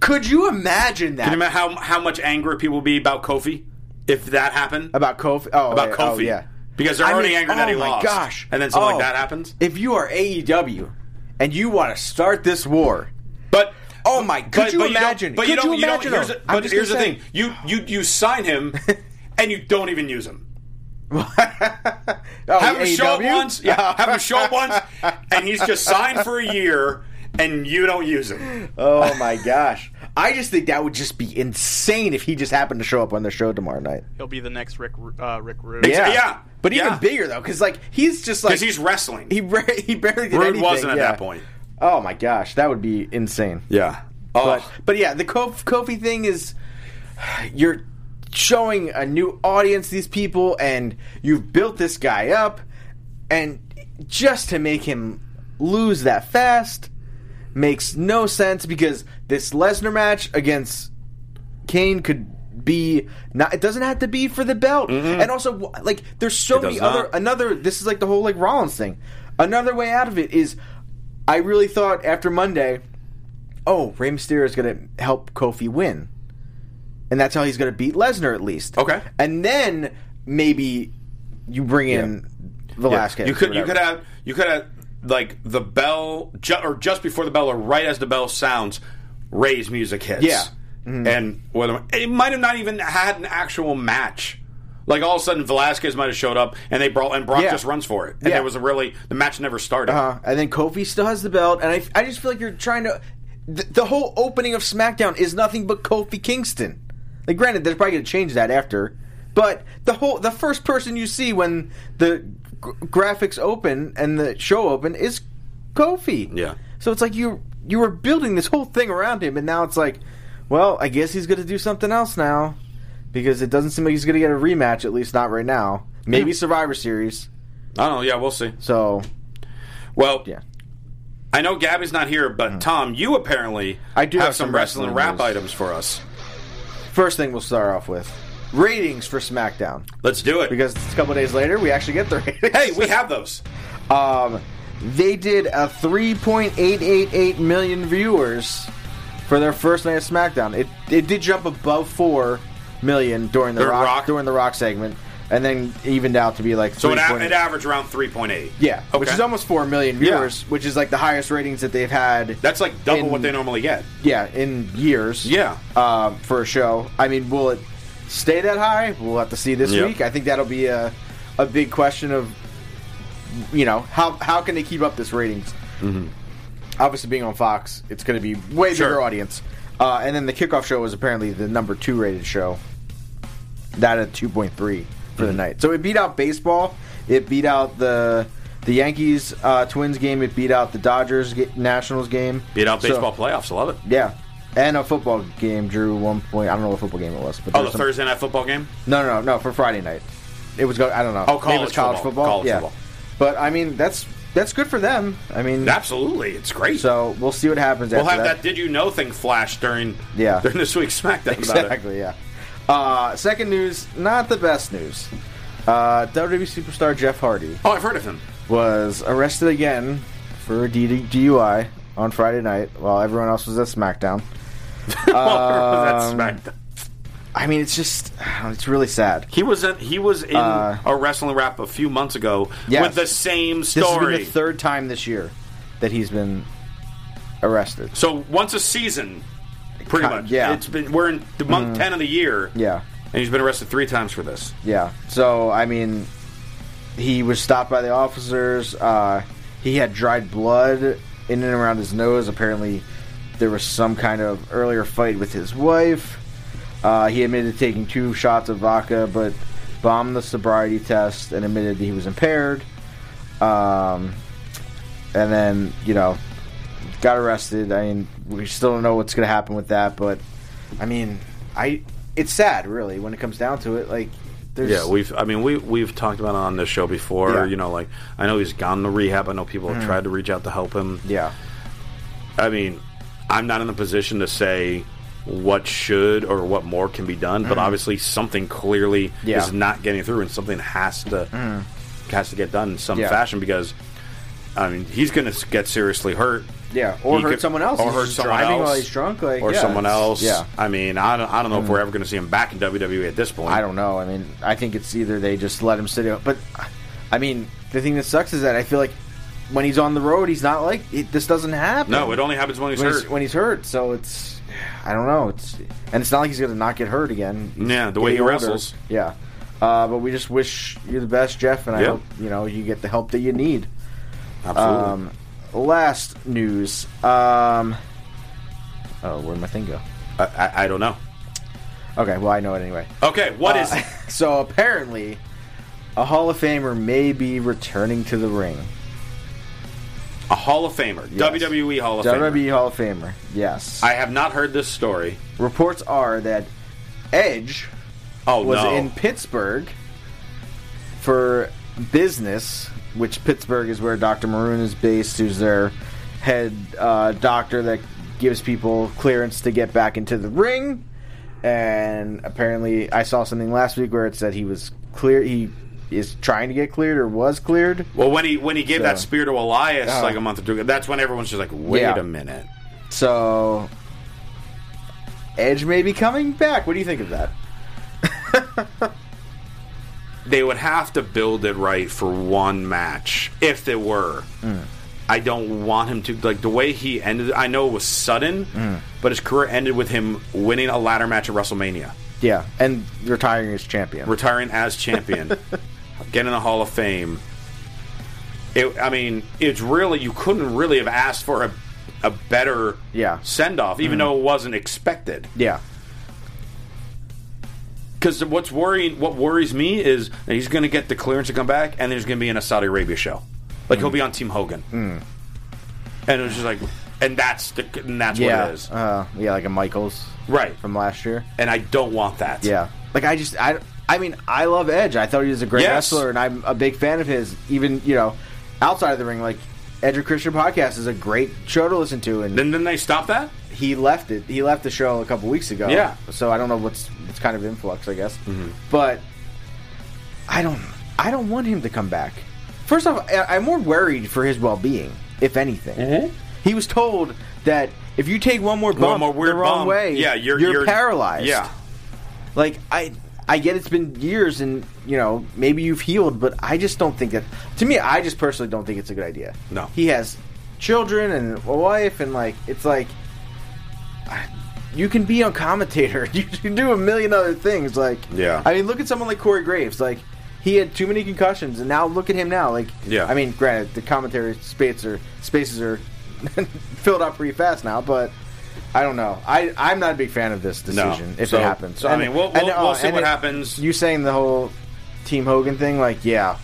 Could you imagine that Can you imagine how how much anger people would be about Kofi if that happened? about Kofi? Oh, About yeah, Kofi, oh, yeah, Because they're already mean, angry that oh he my lost. Gosh, and then something Oh. like that happens. If you are AEW and you want to start this war, But Oh my- could you don't- imagine? but you Could don't. you You don't. imagine, Here's though? the- I'm but just here's the gonna thing: you you you sign him, and you don't even use him. oh, Have him show up AEW? once. Yeah, have him show up once, and he's just signed for a year, and you don't use him. Oh my gosh, I just think that would just be insane if he just happened to show up on the show tomorrow night. He'll be the next Rick Ru- uh, Rick Rude. Yeah. Yeah. but even Yeah. bigger though, because like he's just like Because he's wrestling. he ra- he barely did Rude anything, wasn't at yeah. that point. Oh my gosh, that would be insane. Yeah. Oh. But but yeah, the Kof- Kofi thing is you're showing a new audience these people, and you've built this guy up, and just to make him lose that fast makes no sense because this Lesnar match against Kane could be not it doesn't have to be for the belt and also wh- like there's so It many does not. other another this is like the whole like Rollins thing another way out of it is I really thought after Monday oh Rey Mysterio is going to help Kofi win and that's how he's going to beat Lesnar at least Okay. and then maybe you bring in Velasquez You or could you whatever. could have you could have like the bell ju- or just before the bell or right as the bell sounds, Ray's music hits. Mm-hmm. Yeah. and whether it might have not even had an actual match. Like all of a sudden, Velasquez might have showed up, and they brought and Brock Yeah. just runs for it, and Yeah. there was a really the match never started. Uh, and then Kofi still has the belt, and I, I just feel like you're trying to. The, the whole opening of SmackDown is nothing but Kofi Kingston. Like, granted, they're probably going to change that after, But the whole the first person you see when the g- graphics open and the show open is Kofi. Yeah. So it's like you you were building this whole thing around him, and now it's like, well, I guess he's going to do something else now because it doesn't seem like he's going to get a rematch. At least not right now. Maybe Survivor Series. I don't know. Yeah, we'll see. So Well, yeah. Mm. I know Gabby's not here, but Tom, you apparently I do have, have some some wrestling, wrestling wrap news. items for us. First thing we'll start off with ratings for SmackDown Let's do it. because a couple days later we actually get the ratings. hey, we have those. Um, they did a 3.888 million viewers for their first night of SmackDown. It it did jump above four million during the During rock, Rock? during the Rock segment, and then evened out to be like So it, a- 3.8. it averaged around 3.8. yeah, Okay. which is almost four million Yeah. viewers, which is like the highest ratings that they've had. That's like double in- what they normally get. yeah in years. Yeah. um, for a show. I mean, will it stay that high? We'll have to see this Yeah. week. I think that'll be a, a big question of, you know, how how can they keep up this ratings? Obviously, being on Fox, it's going to be way Mm-hmm. Sure. bigger audience. Uh, and then the kickoff show was apparently the number two rated show. That at two point three for Mm-hmm. the night. So it beat out baseball. It beat out the the Yankees uh, Twins game. It beat out the Dodgers ga- Nationals game. Beat out So- oh, baseball playoffs. I love it. yeah. And a football game drew one point. I don't know what football game it was. But there Oh, was the some- Thursday night football game? No, no, no, no. For Friday night, it was. Go- I don't know. Oh, Maybe it was college college football. football. College yeah. football. But I mean, that's that's good for them. I mean, Absolutely. It's great. Hmm. so we'll see what happens. we'll after have that. Did You Know thing flash during, Yeah. during this week's SmackDown about it. Exactly. Yeah. Uh, second news, not the best news. Uh, WWE superstar Jeff Hardy Oh, I've heard of him. was arrested again for a D- DUI on Friday night while everyone else was at SmackDown. Well, that's Um, SmackDown. I mean, it's just it's really sad. He was in, he was in a wrestling rap a few months ago uh, Yes. with the same This has been story. the third time this year that he's been arrested. so once a season, pretty Ki- much. yeah. Mm-hmm. it's been we're in the month ten of the year. Yeah, and he's been arrested three times for this. yeah. So I mean, he was stopped by the officers. Uh, he had dried blood in and around his nose. Apparently, there was some kind of earlier fight with his wife. Uh, he admitted to taking two shots of vodka, but bombed the sobriety test and admitted that he was impaired. Um, and then you know, got arrested. I mean, we still don't know what's going to happen with that, but I mean, I it's sad, really, when it comes down to it. Like, there's Yeah, we've. I mean, we we've talked about it on this show before. Yeah. Mm. You know, like I know he's gone to rehab. I know people have tried to reach out to help him. yeah, I mean, I'm not in the position to say what should or what more can be done, but obviously something clearly Mm. Yeah. Mm. is not getting through, and something has to has to get done in some Yeah. fashion because. I mean, he's going to get seriously hurt. yeah, or He hurt could- someone else, Or He's hurt just someone driving else. while he's drunk, like or yeah, someone it's- else. Yeah, Mm. I mean, I don't, I don't know if we're ever going to see him back in WWE at this point. I don't know. I mean, I think it's either they just let him sit out, but I mean, the thing that sucks is that I feel like when he's on the road, he's not like it, this doesn't happen. No, it only happens when he's when hurt. he's, when he's hurt. So it's, I don't know. It's and it's not like he's going to not get hurt again. He's Yeah, the way he getting older. wrestles. Yeah, uh, but we just wish you the best, Jeff, and I Yeah. hope you know you get the help that you need. Absolutely. Um, last news. Um, oh, where'd my thing go? I, I, I don't know. Okay, well I know it anyway. Okay, what Uh, is it? So apparently, a Hall of Famer may be returning to the ring. a Hall of Famer? WWE E Hall of WWE Famer. E Hall of Famer. Yes. I have not heard this story. Reports are that Edge Oh was no! in Pittsburgh for business, which Pittsburgh is where Dr. Maroon is based, who's their head uh, doctor that gives people clearance to get back into the ring. And apparently, I saw something last week where it said he was clear. He is trying to get cleared or was cleared. well, when he when he gave that So- spear to Elias Oh. like a month or two ago, that's when everyone's just like, "Wait Yeah. a minute." So, Edge may be coming back. What do you think of that? They would have to build it right for one match if they were. Mm. I don't want him to like the way he ended. I know it was sudden, Mm. but his career ended with him winning a ladder match at WrestleMania, Yeah, and retiring as champion. retiring as champion, getting a Hall of Fame. It, I mean, it's really you couldn't really have asked for a a better Yeah. Mm-hmm. send off, even though it wasn't expected. yeah, Because what's worrying, what worries me is that he's going to get the clearance to come back, and there's going to be in a Saudi Arabia show. Like Mm. he'll be on Team Hogan, and it was just like, and that's the, and that's yeah, what it is, Uh, yeah, like a Michaels, right? From last year. And I don't want that. Yeah, like I just I I mean I love Edge. I thought he was a great Yes. wrestler, and I'm a big fan of his. Even you know, outside of the ring, like Edge and Christian podcast is a great show to listen to. And then didn't they stop that? He left it. He left the show a couple weeks ago. Yeah. Mm-hmm. So I don't know what's it's kind of influx, I guess. But I don't I don't want him to come back. First off, I- I'm more worried for his well being, if anything. He was told that if you take one more bump Mm-hmm. One more weird the wrong bump, way, yeah, you're- you're you're- paralyzed. yeah. Like I I get it's been years and you know, maybe you've healed, but I just don't think that to me I just personally don't think it's a good idea. No. He has children and a wife and like it's like you can be on commentator. You can do a million other things. Like, Yeah. I mean, look at someone like Corey Graves. Like, he had too many concussions, and now look at him now. Like, Yeah. I mean, granted, the commentary spaces are spaces are filled up pretty fast now, but I don't know. I I'm not a big fan of this decision if So- it happens. so, I mean, we'll- we'll- oh, we'll see and what it- happens. You saying the whole Team Hogan thing? Like, yeah,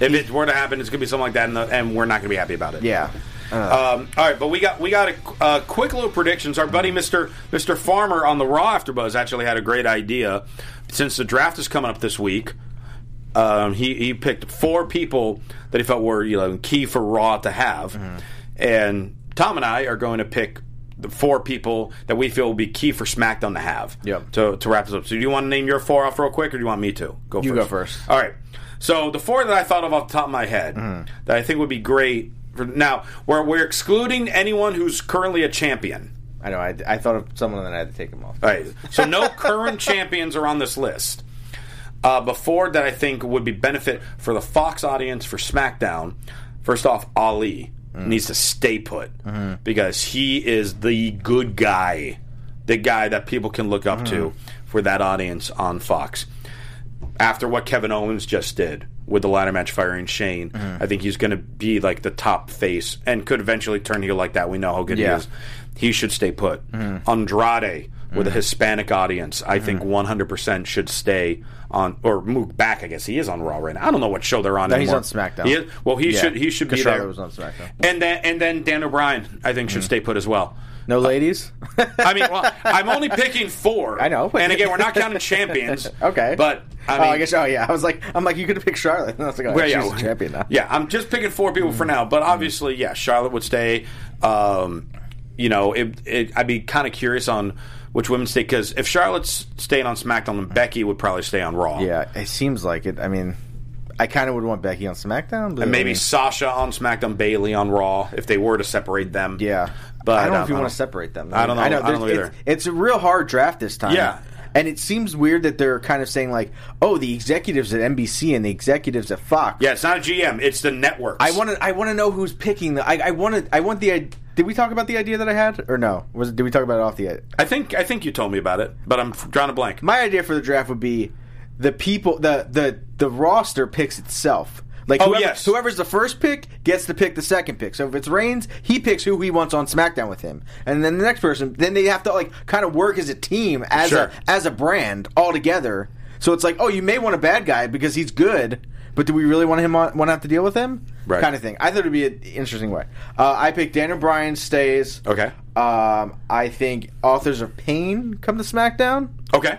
If it were to happen, it's going to be something like that, and, the, and we're not going to be happy about it. yeah. Um, all right, but we got we got a, uh quick little predictions. Our buddy Mister Mister Farmer on the Raw After Buzz actually had a great idea. Since the draft is coming up this week, um, he he picked four people that he felt were you know key for Raw to have, and Tom and I are going to pick the four people that we feel will be key for SmackDown to have. Yep. To to wrap this up. So do you want to name your four off real quick, or do you want me to go? You first? go first. All right. So the four that I thought of off the top of my head Mm-hmm. that I think would be great for now, we're, we're excluding anyone who's currently a champion. I know. I, I thought of someone, and then I had to take him off. All right. So no current champions are on this list. Uh, but four that I think would be benefit for the Fox audience for SmackDown. First off, Ali needs to stay put because he is the good guy, the guy that people can look up to for that audience on Fox. After what Kevin Owens just did with the ladder match firing Shane, I think he's going to be like the top face and could eventually turn heel like that. We know how good Yeah. he is. He should stay put. Andrade with a Mm. Hispanic audience, I think 100% should stay on or move back. I guess he is on Raw right now. I don't know what show they're on. No, he's anymore. on SmackDown. He is- well, he Yeah, should he should be Kushida there. was on Mm. SmackDown. And then and then Dan O'Brien, I think, should stay put as well. No ladies. I mean, well, I'm only picking four. I know, but- And again, we're not counting champions. Okay. but I mean, oh, I guess. Oh, yeah. I was like, I'm like, you could have picked Charlotte. And I was like, oh, Well, she's yeah. a champion now. Yeah, I'm just picking four people for now, but obviously, yeah, Charlotte would stay. Um, you know, it, it, I'd be kind of curious on which women stay because if Charlotte's staying on SmackDown, then Becky would probably stay on Raw. Yeah, it seems like it. I mean, I kind of would want Becky on SmackDown, but and maybe I mean, Sasha on SmackDown, Bailey on Raw, if they were to separate them. yeah. but I don't know um, if you want to separate them. I don't know. I don't there's- know it's- either. It's, a real hard draft this time. Yeah. and it seems weird that they're kind of saying like, oh, the executives at NBC and the executives at Fox. Yeah, it's not a GM; it's the networks. I want to. I want to know who's picking the. I, I want to. I want the. i- Did we talk about the idea that I had or no? Was did we talk about it off the? I think I think you told me about it, but I'm f- drawing a blank. my idea for the draft would be the people the the the roster picks itself. Like Oh, whoever, yes. whoever's the first pick gets to pick the second pick. So if it's Reigns, he picks who he wants on SmackDown with him, and then the next person. Then they have to like kind of work as a team, as Sure. a as a brand all together. So it's like, oh, you may want a bad guy because he's good, but do we really want him on, want to have to deal with him? Right. Kind of thing. I thought it'd be an interesting way. Uh, I picked Daniel Bryan stays. Okay. Um, I think authors of pain come to SmackDown Okay,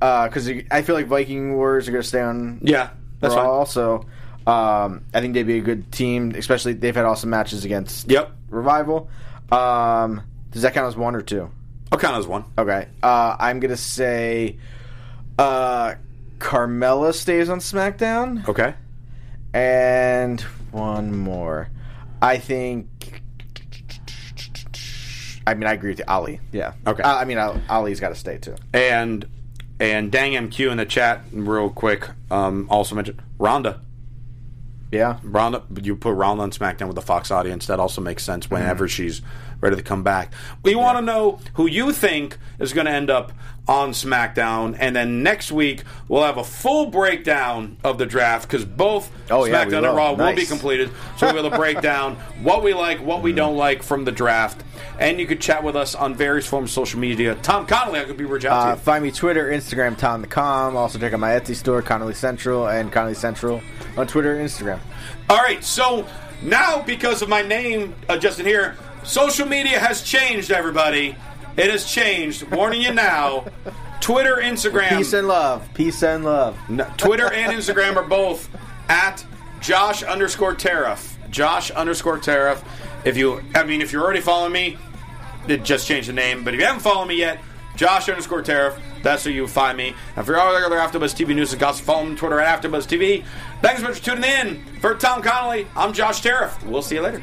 because Uh, I feel like Viking Warriors are going to stay on. yeah, that's Raw fine. Also, um, I think they'd be a good team, especially they've had awesome matches against Yep, Revival. Um, does that count as one or two? I'll count as one. Okay, uh, I'm going to say uh, Carmella stays on SmackDown, Okay, and one more. I think. I mean, I agree with you, Ali. Yeah. Okay. Uh, I mean, Al- Ali's got to stay too. and and dang MQ in the chat real quick. Um, also mentioned Ronda. Yeah. Ronda, you put Ronda on SmackDown with the Fox audience. That also makes sense Mm-hmm. whenever she's ready to come back. We want to know who you think is going to end up on SmackDown, and then next week we'll have a full breakdown of the draft because both Oh, yeah, we SmackDown and will. Raw will be Nice. Mm-hmm. completed. So we'll be able to break down what we like, what we don't like from the draft. and you can chat with us on various forms of social media. Tom Connolly, I could be reach out Uh, to you. find me Twitter, Instagram, Tom the Com. Also check out my Etsy store, Connolly Central, and Connolly Central on Twitter and Instagram. All right, so now because of my name, uh, Justin here, social media has changed. Everybody, it has changed. Warning you now. Twitter, Instagram, Peace and love. Peace and love. Twitter and Instagram are both at Josh underscore Tariff. Josh underscore Tariff. If you, I mean, if you're already following me, it just changed the name. But if you haven't followed me yet, Josh underscore Tariff. That's where you find me. And for all the other AfterBuzz TV news and gossip, follow me on Twitter at AfterBuzz TV. Thanks so much for tuning in. For Tom Connolly, I'm Josh Tariff. We'll see you later.